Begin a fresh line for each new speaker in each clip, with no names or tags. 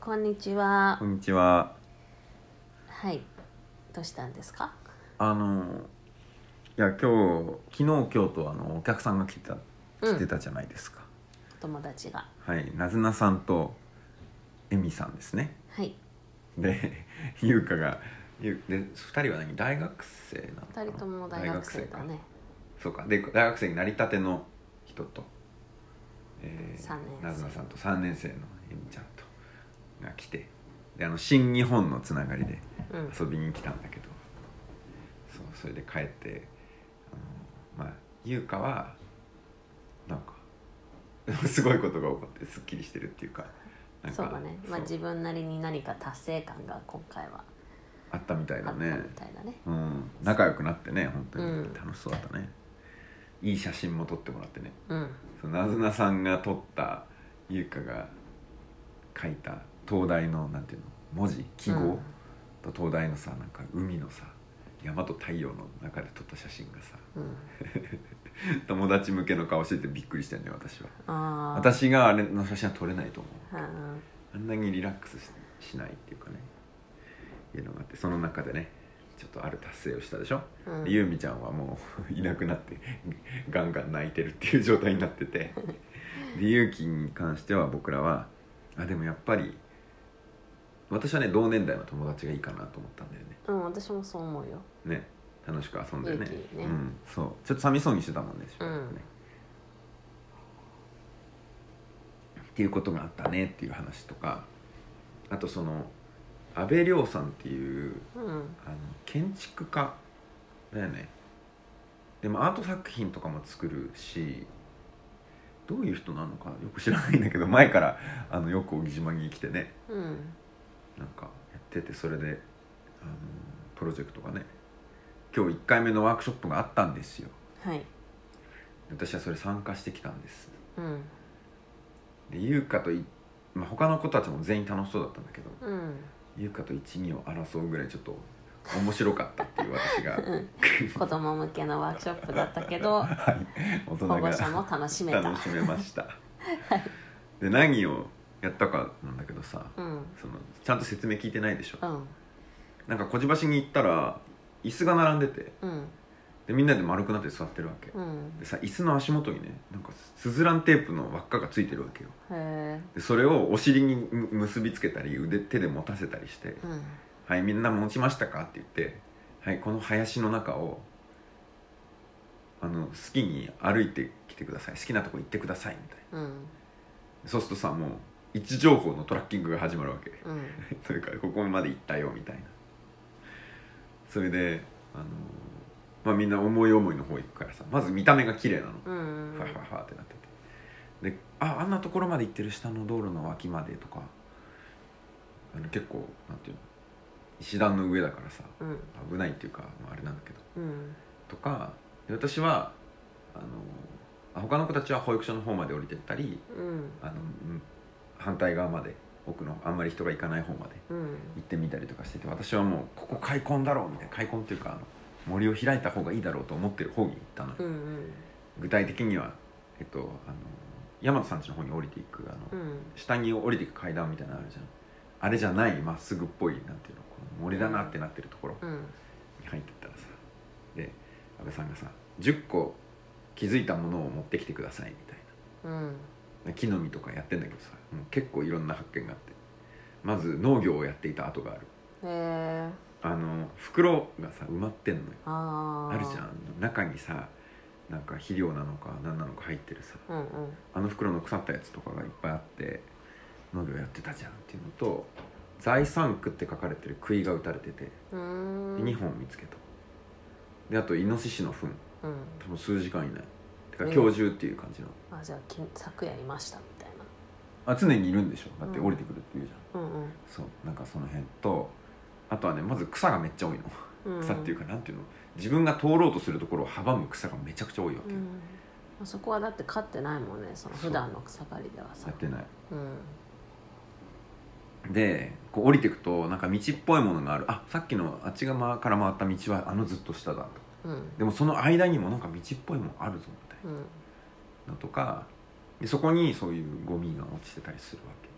こんにちは
こ。んにちは。
はい。どうしたんですか。
あのいや今日昨日今日とあのお客さんが来てた
うん
来てたじゃないですか。
お友達が。
はい、なずなさんとえみさんですね。
はい。
で 優香がゆで二人は何大学生なのかな
二人とも大学生だ
大学
ね。
かそうかで大学生になりたての人と、え
三年生
なずなさんと3年生のえみちゃんとが来てであの新日本のつながりで。
うん。
遊びに来たんだけどそうそれで帰ってあのまあ優香はなんか すごいことが起こってすっきりしてるっていうかなんか
そうだね。まあ
そう
自分なりに何か達成感が今回は
あったみた
あ
い
った
だ
み
ね
たいだね。
うん仲良くなってね本当
う
に
ん
楽しそうだったね、いい写真も撮ってもらってね
うん。
そのなずなさんが撮った優香が書いた東大のなんていうの文字記号、
うん
と東大のさなんか海のさ山と太陽の中で撮った写真がさ
うん。
友達向けの顔しててびっくりしたよね私は
ああ。。
私があれの写真は撮れないと思う
うん。
あんなにリラックスししないっていうかねいうのがあってその中でねちょっとある達成をしたでしょ、
うん
でゆうみちゃんはもう いなくなってガンガン泣いてるっていう状態になっててでゆうきに関しては僕らはあでもやっぱり私はね同年代の友達がいいかなと思ったんだよね
うん。私もそう思うよ。
ね楽しく遊んでね
元気にね
うん、そうちょっと寂しそうにしてたもんねしばらくね、っていうことがあったねっていう話とかあとその阿部亮さんっていう
うん。
あの建築家だよねでもアート作品とかも作るしどういう人なのかよく知らないんだけど 前からあのよく小木島に来てね
うん。
なんかやっててそれであのプロジェクトがね今日1回目のワークショップがあったんですよ
はい。
私はそれ参加してきたんです
うん。
で優香とい、まあ、他の子たちも全員楽しそうだったんだけど
うん。
優香と12を争うぐらいちょっと面白かったっていう私が
うん子供向けのワークショップだったけ ど
はい大人
保護
が
者も楽しめた。
楽しめま した、で何をやったかなんだけどさ
うん。
そのちゃんと説明聞いてないでしょ
うん。
なんか小地橋に行ったら椅子が並んでて
うん。
でみんなで丸くなって座ってるわけ、
うん。
でさ椅子の足元にねなんかスズランテープの輪っかがついてるわけよ
へえ。
でそれをお尻にむ結びつけたり腕手で持たせたりして
うん。
「はいみんな持ちましたか?」って言って、はい、この林の中をあの好きに歩いてきてください好きなとこ行ってくださいみたい
うん。
なそうするとさもう位置情報のトラッキングが始まるわけ
うん。
というかここまで行ったよみたいなそれであの、まあ、みんな思い思いの方行くからさまず見た目が綺麗なの
うん
ファファファってなっててでああんなところまで行ってる下の道路の脇までとかあの結構なんていうの石段の上だからさ
うん
危ないっていうか、まあ、あれなんだけど
うん
とかで私はあのあ他の子たちは保育所の方まで降りてったり
うん
あのうん反対側まで奥のあんまり人が行かない方まで
うん
行ってみたりとかしてて私はもうここ開墾だろうみたいな開墾っていうかあの森を開いた方がいいだろうと思ってる方に行ったのよ。
うん
具体的には、えっと、あの大和さんちの方に降りていくあの、
うん
下に降りていく階段みたいなのあるじゃんあれじゃないまっすぐっぽいなんていうのこの森だなってなってるところ
うん
に入ってったらさで安倍さんがさ10個気づいたものを持ってきてくださいみたい
うん
な木の実とかやってんだけどさもう結構いろんな発見があってまず農業をやっていた跡がある
えー、
あの袋がさ埋まってんのよ
あー
あるじゃん中にさなんか肥料なのか何なのか入ってるさ
うんうん
あの袋の腐ったやつとかがいっぱいあって農業やってたじゃんっていうのと「財産区」って書かれてる杭が打たれてて
うーん
2本見つけたであとイノシシの糞
うん
多分数時間以内てか
うん
今日中っていう感じの
あじゃあき昨夜いましたみたい
あ常にいるんでしょだって降りてくるっていうじゃん、
なうん
そうなんかその辺とあとはねまず草がめっちゃ多いの
うん
草っていう
か
かなんていうの自分が通ろうとするところを阻む草がめちゃくちゃ多いわ
う
け、
んまあそこはだって飼ってないもんねその
そう
普段の草刈りでは
や
さ
ってない
うん
でこう降りてくとなんか道っぽいものがあるあさっきのあっち側から回った道はあのずっと下だと
うん
でもその間にもなんか道っぽいものあるぞみたい
うん
なのとかでそこにそういうゴミが落ちてたりするわけ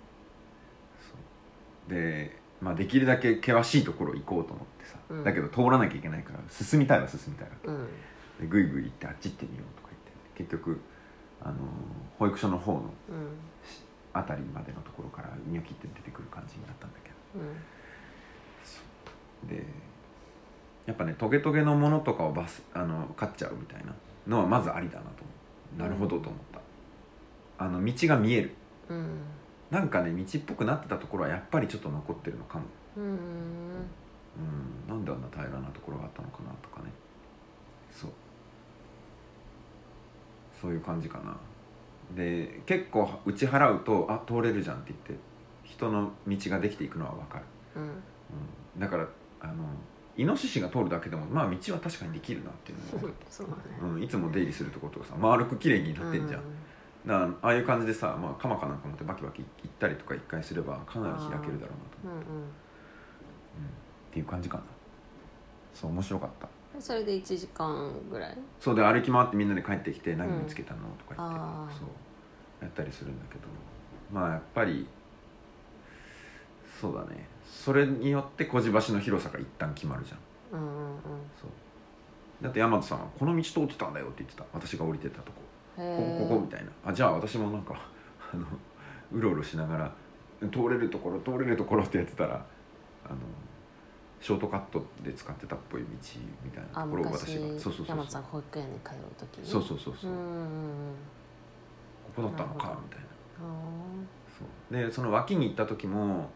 そうで、まあ、できるだけ険しいところ行こうと思ってさ、
うん
だけど通らなきゃいけないから進みたいは進みたいわけ
うん
でぐいぐい行ってあっち行ってみようとか言って結局、あのー保育所の方の
うん
辺りまでのところからニョキって出てくる感じになったんだけ
うん
どでやっぱねトゲトゲのものとかをバスあの買っちゃうみたいなのはまずありだなと思うなるほどと思った、あの道が見える
うん
なんかね道っぽくなってたところはやっぱりちょっと残ってるのかも
うん
うん、なんであんな平らなところがあったのかなとかねそうそういう感じかなで結構打ち払うとあ通れるじゃんって言って人の道ができていくのは分かる、
うん
うん、だからあのイノシシが通るだけでもまあ道は確かにできるなっていうのが分か
そうだね
る、うん、いつも出入りするところとかさ丸く綺麗になってんじゃん、だからああいう感じでさ、まあ、カマかなんか持ってバキバキ行ったりとか一回すればかなり開けるだろうなと思って
うんうん
っていう感じかなそう面白かった
うんそれで1時間ぐらい
そうで歩き回ってみんなで帰ってきて何見つけたの、とか言
あ
って
ー
そうやったりするんだけどまあやっぱりそうだねそれによって小地橋の広さが一旦決まるじゃん
うんうん
そうだって大和さんは「この道通ってたんだよ」って言ってた私が降りてたと
う
こ
ん
こ
へ
こ
え
ここみたいなあじゃあ私もなんか あのうろうろしながら通れるところ通れるところってやってたらあのショートカットで使ってたっぽい道みたいな
あ
ところを
昔
私がそうそうそう
山田
そ
さん
う
が保育園に通う時に
そうそうそうそううん
うんうん
ここだったの
なる
か
ほど
みたいな
あー
そうでその脇に行った時も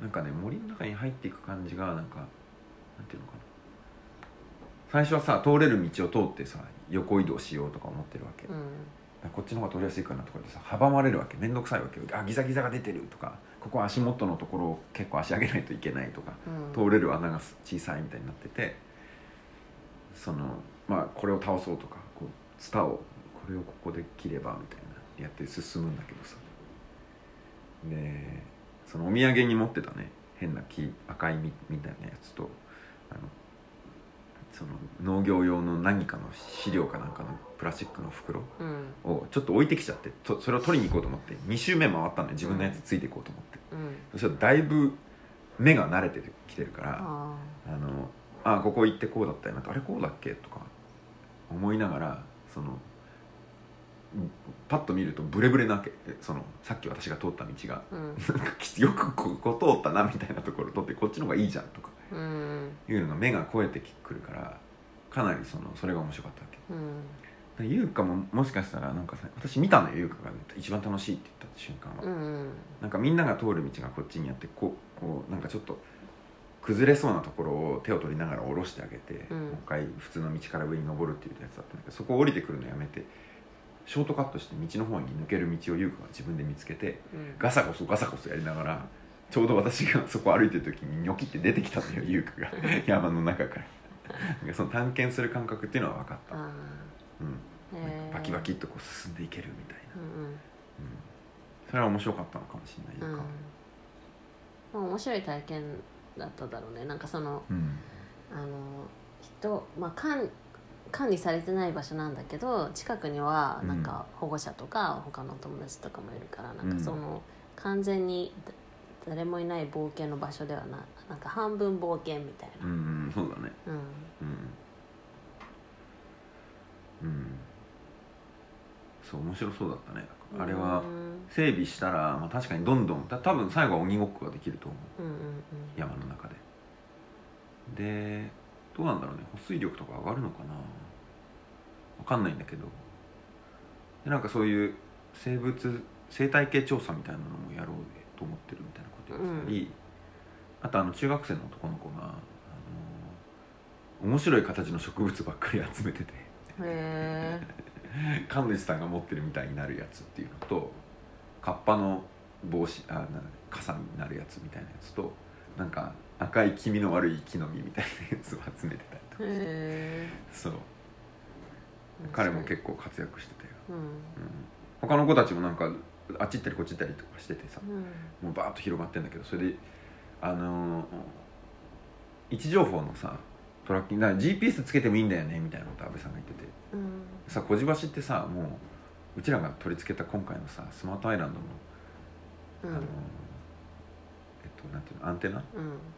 なんかね森の中に入っていく感じがなんかなんていうのかな最初はさ通れる道を通ってさ横移動しようとか思ってるわけ、
うん
こっちの方が取りやすいかなとかでさ阻まれるわけ面倒くさいわけあギザギザが出てるとかここは足元のところを結構足上げないといけないとか
うん
通れる穴が小さいみたいになっててそのまあこれを倒そうとかこうツタをこれをここで切ればみたいなやって進むんだけどさでそのお土産に持ってたね変な木赤い実みたいなやつとあのその農業用の何かの飼料かなんかのプラスチックの袋
うん
をちょっと置いてきちゃってとそれを取りに行こうと思って2周目回ったのに自分のやつついていこうと思って、
うん
そしたらだいぶ目が慣れてきてるから
あ
あのあここ行ってこうだったよなとあれこうだっけとか思いながらそのうんパッと見るとブレブレなわけえそのさっき私が通った道が
ーうん
なんかきよくここ通ったなみたいなところ通ってこっちの方がいいじゃんとか
うん
いうのが目が超えてくるからかなりそのそれが面白かったわけ。
うん
優香ももしかしたらなんかさ私見たのよ優香が一番楽しいって言った瞬間は、
うん
なんかみんなが通る道がこっちにあってこうこうなんかちょっと崩れそうなところを手を取りながら下ろしてあげて、
うん
もう一回普通の道から上に登るっていうやつだったんだけどそこを降りてくるのやめてショートカットして道の方に抜ける道を優香が自分で見つけて
うん
ガサゴソガサゴソやりながらちょうど私がそこ歩いてる時にニョキって出てきたのよ優 香が山の中からなんかその探検する感覚っていうのは分かっ
あ
た、うん
ーへー
バキバキっとこう進んでいけるみたいな、
うんうん
うんそれは面白かったのかもしれないと
う
い
ん
うか、
まあ面白い体験だっただろうねなんかその
うん
あの人、まあ、管管理されてない場所なんだけど近くにはなんか保護者とか他の友達とかもいるから、なん
うん
かその完全にだ誰もいない冒険の場所ではななんか半分冒険みたい
うんうんそうだね
な、うん
うんうんそう面白そうだったねあれは
うん
整備したら、まあ、確かにどんどんた多分最後は鬼ごっこができると思う
うんうん
山の中ででどうなんだろうね保水力とか上がるのかなわかんないんだけどでなんかそういう生物生態系調査みたいなのもやろうと思ってるみたいなこと言ってたり、あとあの中学生の男の子が、あの面白い形の植物ばっかり集めてて
うんへ
神主さんが持ってるみたいになるやつっていうのとカッパの帽子あな傘になるやつみたいなやつとなんか赤い気味の悪い木の実みたいなやつを集めてたりと
え
か
へ
そう
え
彼も結構活躍してたよ、
構うん
うん、他の子たちもなんかあっち行ったりこっち行ったりとかしててさ
うん
もうバーッと広がってんだけどそれであのー位置情報のさトラッキングだから GPS つけてもいいんだよねみたいなこと安部さんが言ってて
うん
さ小地橋ってさもううちらが取り付けた今回のさスマートアイランドの、
う
あの
ん
えっとなんていうのアンテナ
うん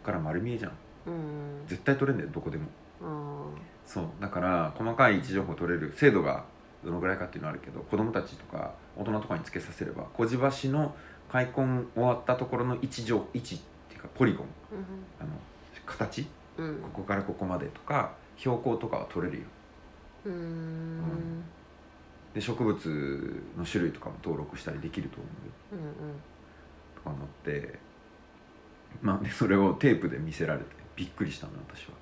から丸見えじゃん
うん
絶対取れんだよどこでも
うん
そうだから細かい位置情報取れる精度がどのぐらいかっていうのはあるけど子供たちとか大人とかにつけさせれば小地橋の開墾終わったところの位置情位置っていうかポリゴン
うん
あの形
うん
ここからここまでとか標高とかは取れるよ
うーん
で植物の種類とかも登録したりできると思うよ
うん
とか思ってまあでそれをテープで見せられてびっくりしたの私は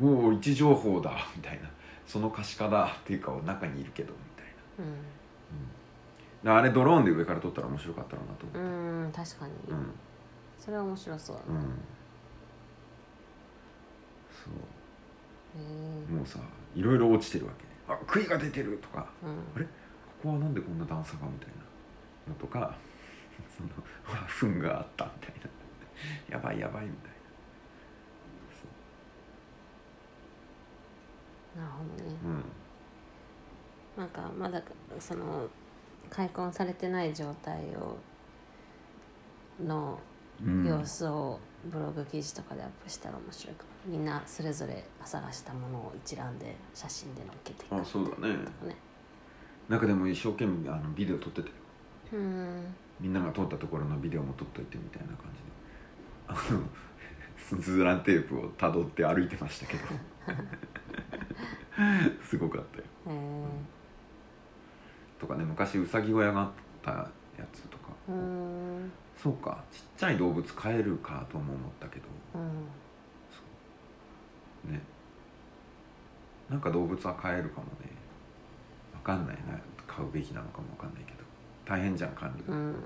うんうん
「おお位置情報だ」みたいな「その可視化だ」っていうか中にいるけどみたいなうんあれドローンで上から撮ったら面白かったろうなと
う
思って
んうん確かに
うん
それは面白そうだ
うん、
な
そう
へえ
もうさいろいろ落ちてるわけあ杭が出てるとか
うん
あれここはなんでこんな段差がみたいなのとかそのうわ糞があったみたいなやばいやばいみたいなそ
なるほどね
ううん
なんかまだその開墾されてない状態をの
うん
様子をブログ記事とかでアップしたら面白いかもみんなそれぞれ探したものを一覧で写真で載っけていく
あそうだね
とかね
なんかでも一生懸命あのビデオ撮ってたよ
うん
みんなが撮ったところのビデオも撮っといてみたいな感じであの スズランテープをたどって歩いてましたけど すごかったよ
へえ
とかね昔うさぎ小屋があったやつとか、
うん
そうかちっちゃい動物飼えるかとも思ったけど
うん
そうねなんか動物は飼えるかもねわかんないな飼うべきなのかもわかんないけど大変じゃん管理
う
が、
んま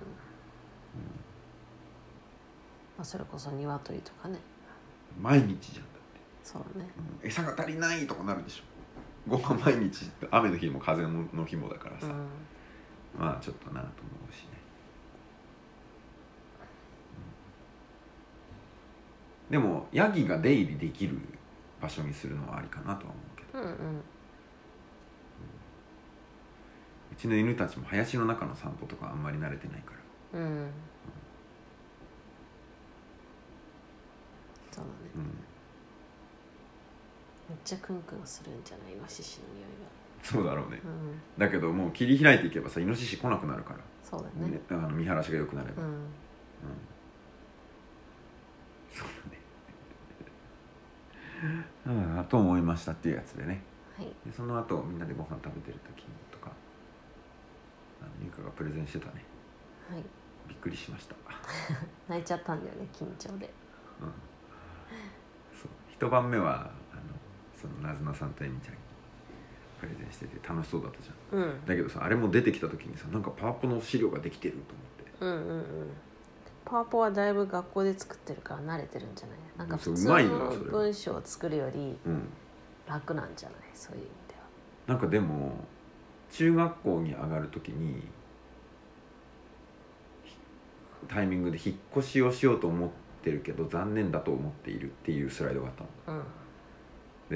あそれこそ鶏とかね
毎日じゃんだって
そうだね
うん餌が足りないとかなるでしょご飯毎日雨の日も風の日もだから
う
さ、
ん
まあちょっとなと思うしね、うんでもヤギが出入りできる場所にするのはありかなとは思うけど
うんうん
うちの犬たちも林の中の散歩とかあんまり慣れてないから
うんそうだね
うん
めっちゃクンクンするんじゃないイノシシの匂い
そうだろうね
がうん
だけどもう切り開いていけばさイノシシ来なくなるから、
そうだ
ね
ね
あの見晴らしが良くなれば、
う
うん
ん
そうだね うんと思いましたっていうやつでね
はい
でその後みんなでご飯食べてる時とかあの優香がプレゼンしてたね
はい
びっくりしました、
泣いちゃったんだよね緊張で
うん、そう一晩目はあのそのなずなさんとえみちゃんにプレゼンしてて楽しそうだったじゃん
うん
だけどさあれも出てきた時にさなんかパワポの資料ができてると思
うんうんうんパワポはだいぶ学校で作ってるから慣れてるんじゃないなんか
そ
普
う
通
うまいよ
の
なそれ
文章を作るより
ってうん
楽なんじゃないそういう意味では
なんかでも中学校に上がる時にひタイミングで引っ越しをしようと思ってるけど残念だと思っているっていうスライドがあったの
うん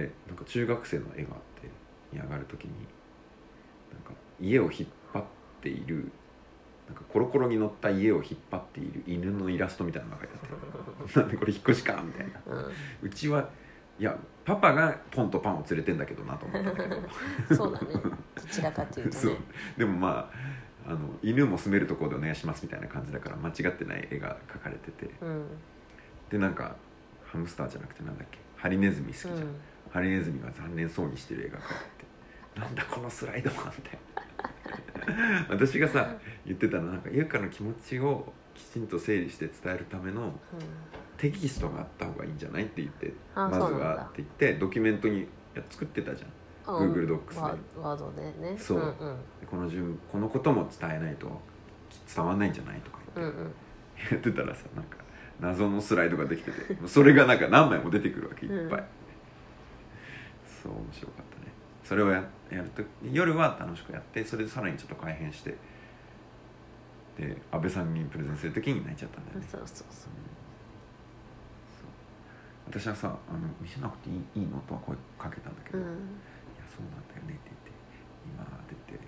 でなんか中学生の絵があってに上がる時になんか家を引っ張っているなんかコロコロに乗った家を引っ張っている犬のイラストみたいなのが書いてあってなんでこれ引っ越しかみたいなうちはいやパパがポンとパンを連れてんだけどなと思ったんだけ ど
うんそうだねどちらかというと
そう
ね
でもまああの犬も住めるところでお願いしますみたいな感じだから間違ってない絵が描かれてて
うん
でなんかハムスターじゃなくてなんだっけハリネズミ好きじ
う
ゃん、
ん
ハリネズミが残念そうにしてる絵が描かれてなんだこのスライドはみたいな 私がさ言ってたのなんか優香の気持ちをきちんと整理して伝えるためのテキストがあった方がいいんじゃないって言って
あ
まず
そうなんだ
はって言ってドキュメントにいや作ってたじゃん
うん
Google Docs で
ワワードでね
そうん
うん
でこの順このことも伝えないと伝わんないんじゃないとか
う
言
ん
っ
う
て、
ん
やってたらさなんか謎のスライドができててもうそれがなんか何枚も出てくるわけいっぱい、
うん
そう面白かったねそれをややると夜は楽しくやってそれでさらにちょっと改変してで安倍さんにプレゼンする時に泣いちゃったんだよね
そうそうそう
そう私はさあの「見せなくていいいいの?」とは声かけたんだけ
う
ど、
ん
いやそうなんだよねって言って今出てで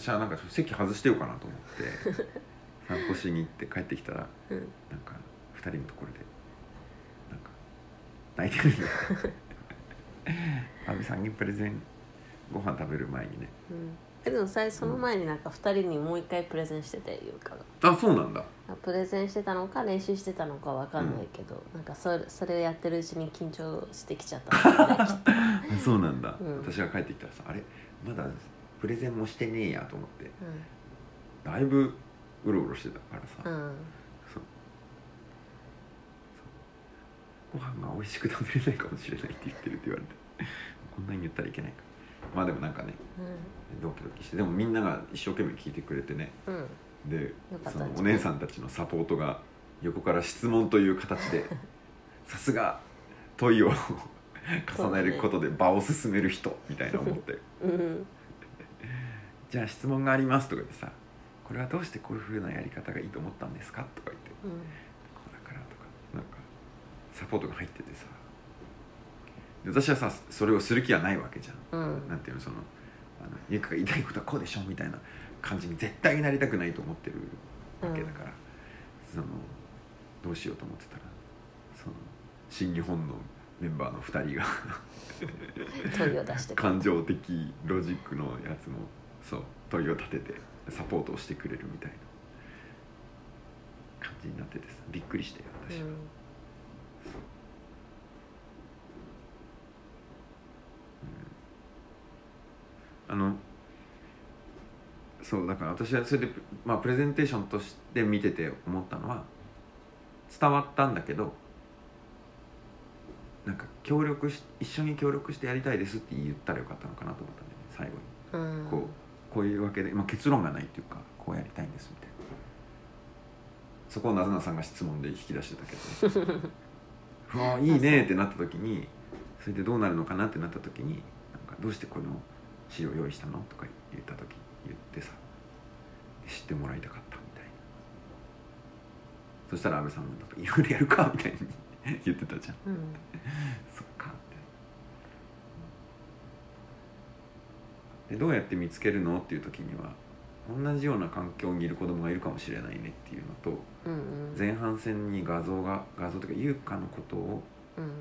私はなんか 席外してようかなと思って散歩しに行って帰ってきたら
うん
なんか2 2人のところでなんか泣いてるんだよ安倍さんにプレゼンご飯食べる前にね
うんえでもさその前になんか2人にもう一回プレゼンしてて優香が
あそうなん だ
あプレゼンしてたのか練習してたのかわかんないけど、なんかそれそれをやってるうちに緊張してきちゃったんだよね
そうなんだ、
うん
私が帰ってきたらさあれまだプレゼンもしてねえやと思って
うん
だいぶうろうろしてたからさ、
うん
そうそうご飯が美味しく食べれないかもしれないって言ってるって言われてこんなに言ったらいけないかまあでもなんかねドキドキしてでもみんなが一生懸命聞いてくれてね
うんうん
で
よかった
そのお姉さんたちのサポートが横から質問という形 でさすが問いを 重ねることで場を進める人みたいな 思って
うん
「じゃあ質問があります」とか言ってさ「これはどうしてこういうふうなやり方がいいと思ったんですか?」とか言って
うん
こうだからとかなんかサポートが入っててさで私はさそれをする気はないわけじゃん、
うん
なんていうのそのあのゆかが言いたいことはこうでしょみたいな感じに絶対になりたくないと思ってるわけだから、そのどうしようと思ってたらその新日本のメンバーの2人が
問いを出してくる
感情的ロジックのやつもそう問いを立ててサポートをしてくれるみたいな感じになっててさびっくりしたよ私は。
うん
あのそうだから私はそれで、まあ、プレゼンテーションとして見てて思ったのは伝わったんだけどなんか協力し一緒に協力してやりたいですって言ったらよかったのかなと思ったんだよね最後に
うん
こうこういうわけで、まあ、結論がないっていうかこうやりたいんですみたいなそこをなずなさんが質問で引き出してたけ ど、うわいいねってなった時にそれでどうなるのかなってなった時になんかどうしてこの資料用意したのとか言った時言ってさ知ってもらいたかったみたいなそしたら安倍さんもなんかいろいろやるかみたいに言ってたじゃん
うん
そっかってでどうやって見つけるのっていう時には同じような環境にいる子供がいるかもしれないねっていうのと
うんうん
前半戦に画像が画像というか優香のことを
うん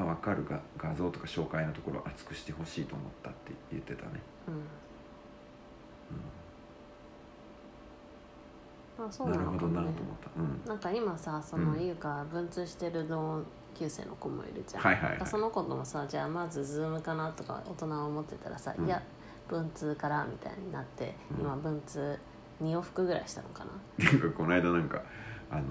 が分かるが画像とか紹介のところを厚くしてほしいと思ったって言ってたね、
うんあそ
うん
うな
なる
のか
ほど
も
な
ね
と思った、うん、
なんか今さそうの
ん
優香文通してる同級生の子もいるじゃん、
はいはいはい
なんかその子ともさじゃあまずズームかなとか大人は思ってたらさ、
うん
いや文通からみたいになって
うん
今文通2往復ぐらいしたのか
っていうかこの間なんかあの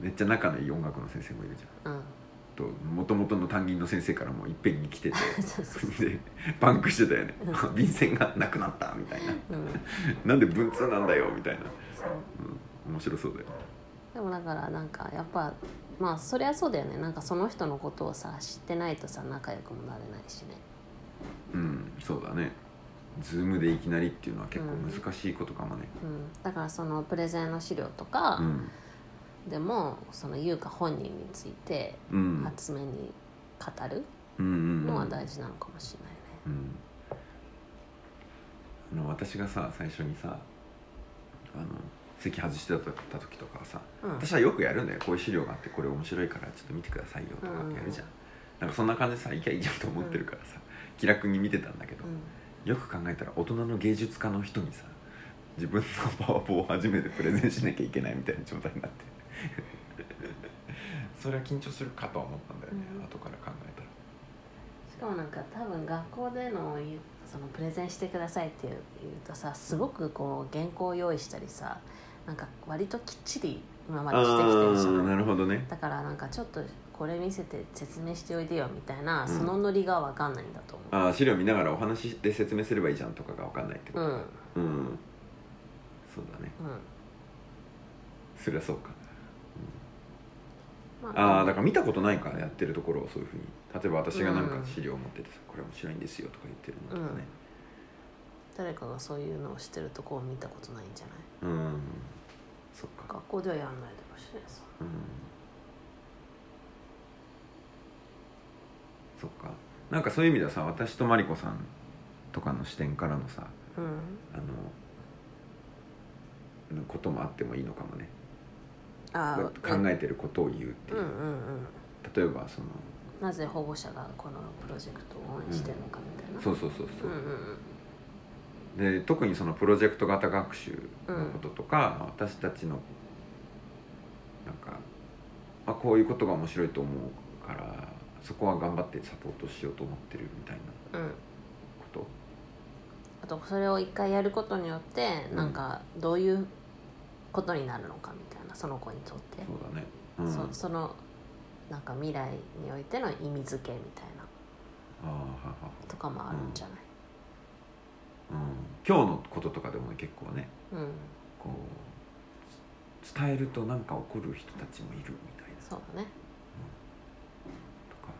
めっちゃ仲のいい音楽の先生もいるじゃん
なうん
と元々の担任の先生からもいっぺんに来てて
そうそうそう
でパンクしてたよね
うん
あ便箋がなくなったみたいな
うん
なんで文通なんだよみたいな、
そう
うん、面白そうだよ
でもだからなんかやっぱまあそりゃそうだよねなんかその人のことをさ知ってないとさ仲良くもなれないしね
うんそうだねズームでいきなりっていうのは結構難しいことかもね
うん、だからそのプレゼンの資料とか
うん
でも、その優香本人について
うん
初めに語る
うんうん
のは
うん
大事なのかもしれないね、
うんあの私がさ最初にさあの席外してた時とかはさ
うん
私はよくやるんだよこういう資料があってこれ面白いからちょっと見てくださいよとかやるじゃん、なんかそんな感じでさいきゃいいじゃんと思ってるからさ、気楽に見てたんだけど、よく考えたら大人の芸術家の人にさ自分のパワポを初めてプレゼンしなきゃいけないみたいな状態になって それは緊張するかとは思ったんだよね、
うん
後から考えたら
しかもなんか多分学校でのゆそのプレゼンしてくださいっていう言うとさすごくこう原稿を用意したりさなんか割ときっちり今までしてきてるじゃ
あー
な
ないるほどね
だからなんかちょっとこれ見せて説明しておいでよみたいな、
ん
そのノリが分かんないんだと思う
あー資料見ながらお話で説明すればいいじゃんとかが分かんないってこ
う
と
んうん
うん、そうだねそりゃそうか
ま
ああ
でも
だから見たことないからやってるところをそういうふうに例えば私がなん
う
か
ん
資料を持っててさ、これ面白いんですよとか言ってるのとかね
誰かがそういうのをしてるとこを見たことないんじゃない
うん、そっか
学校ではやんないでほしいです
うんそっかなんかそういう意味ではさ私とマリコさんとかの視点からのさ
うん
あののこともあってもいいのかもね
あー
考えてることを言うって
う
い
ん
う、
うんうん
例えばその
なぜ保護者がこのプロジェクトを応援してるのかみたいな、
そうそうそうそうう、
んうん
で特にそのプロジェクト型学習のこととか、私たちのなんかあこういうことが面白いと思うからそこは頑張ってサポートしようと思ってるみたいな
うんうん
こ
あとそれを一回やることによって
うん
なんかどういうことになるのかみたいなその子にとって
と、そうだね、うん、
そそのなんか未来においての意味付けみたいな
あーははは
とかもあるんじゃない、
うん、今日のこととかでも結構ね
うん
こうつ伝えるとなんか怒る人たちもいるみたいな
そうだね
とか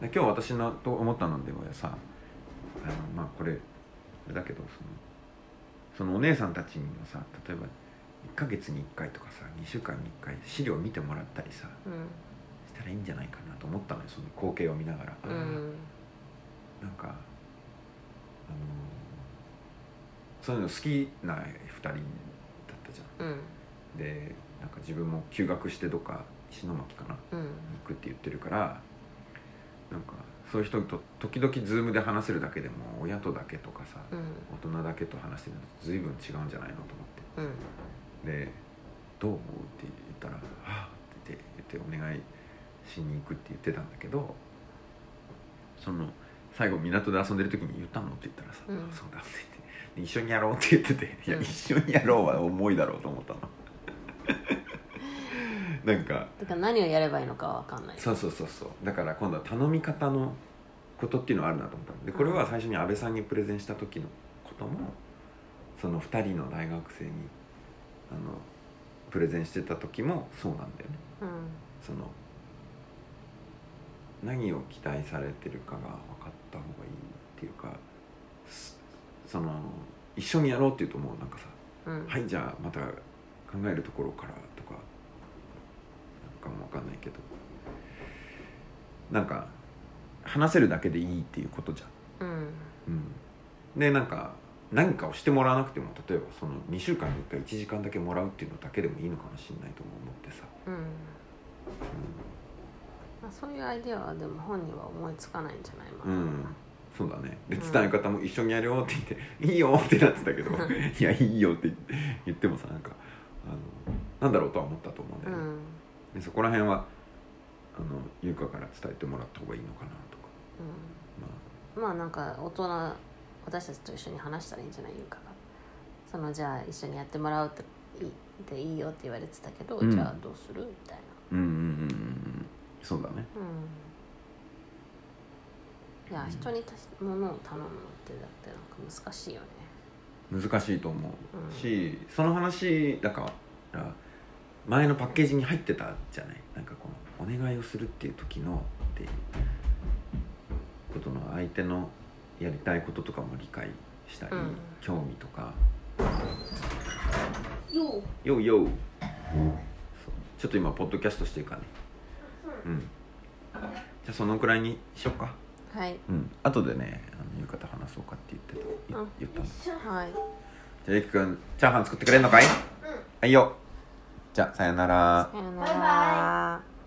で今日私のと思ったのではさあのまあこれあれだけどそのそのお姉さんたちにもさ例えば1ヶ月に1回とかさ2週間に1回資料見てもらったりさ
う
したらいいんじゃないかなと思ったのよその光景を見ながら、
んうん
なんかあのそういうの好きな2人だったじ
う
ゃ
ん
んでなんか自分も休学してどっか石巻かな
うん
行くって言ってるからなんかそういう人と時々ズームで話せるだけでも親とだけとかさ
うん
大人だけと話してるのと随分違うんじゃないのと
う
思
ん
ってで「どう思う?」って言ったら「ああ」って言ってお願いしに行くって言ってたんだけどその最後港で遊んでる時に「言ったの?」って言ったらさ「
うん
あそうだ」って言って。で一緒にやろうって言ってて「いや
うん
一緒にやろう」は重いだろうと思ったの なんか
だから何をやればいいのかは分かんない
そうそうそうそうだから今度は頼み方のことっていうのはあるなと思ったのでこれは最初に安倍さんにプレゼンした時のこともその2人の大学生にあのプレゼンしてた時もそうなんだよね
うん
その何を期待されてるかが分かった方がいいっていうかすその一緒にやろうっていうともうなんかさ
うん
はいじゃあまた考えるところからとかなんかもわかんないけどなんか話せるだけでいいっていうことじゃん、
うん
うん、でなんか何かをしてもらわなくても例えばその2週間に1回1時間だけもらうっていうのだけでもいいのかもしれないとも思ってさ、
うん
う
まあそういうアイデアはでも本人は思いつかないんじゃないまだ
ん、うんそうだねで
うん
伝え方も「一緒にやるよ」って言って「いいよ」ってなってたけど「いやいいよ」って言ってもさなんかあのなんだろうとは思ったと思うんだ
う
よね。
ん
でそこら辺はあの優香から伝えてもらった方がいいのかなとか、まあ、
うんまあなんか大人私たちと一緒に話したらいいんじゃないいうかがそのじゃあ一緒にやってもらうっていいでいいよって言われてたけど、
うん
じゃあどうするみたい
うんうんうんうんそうだね
なうんいや
うん
人にたしものを頼むのってだってなんか難しいよね
難しいと思
うん
うし、その話だから前のパッケージに入ってたじゃないなんかこのお願いをするっていう時のっていうことの相手のやりたいこととかも理解したり、
うん
興味とか
よ
ようようちょっと今ポッドキャストしてるからねうんじゃあそのくらいにしよっか
はい
うん後でねあの浴衣話そうかって言ってたい
うん
言ったの
はい
じゃあゆきくんチャーハン作ってくれんのかい、はいよじゃあさよなら
さよなら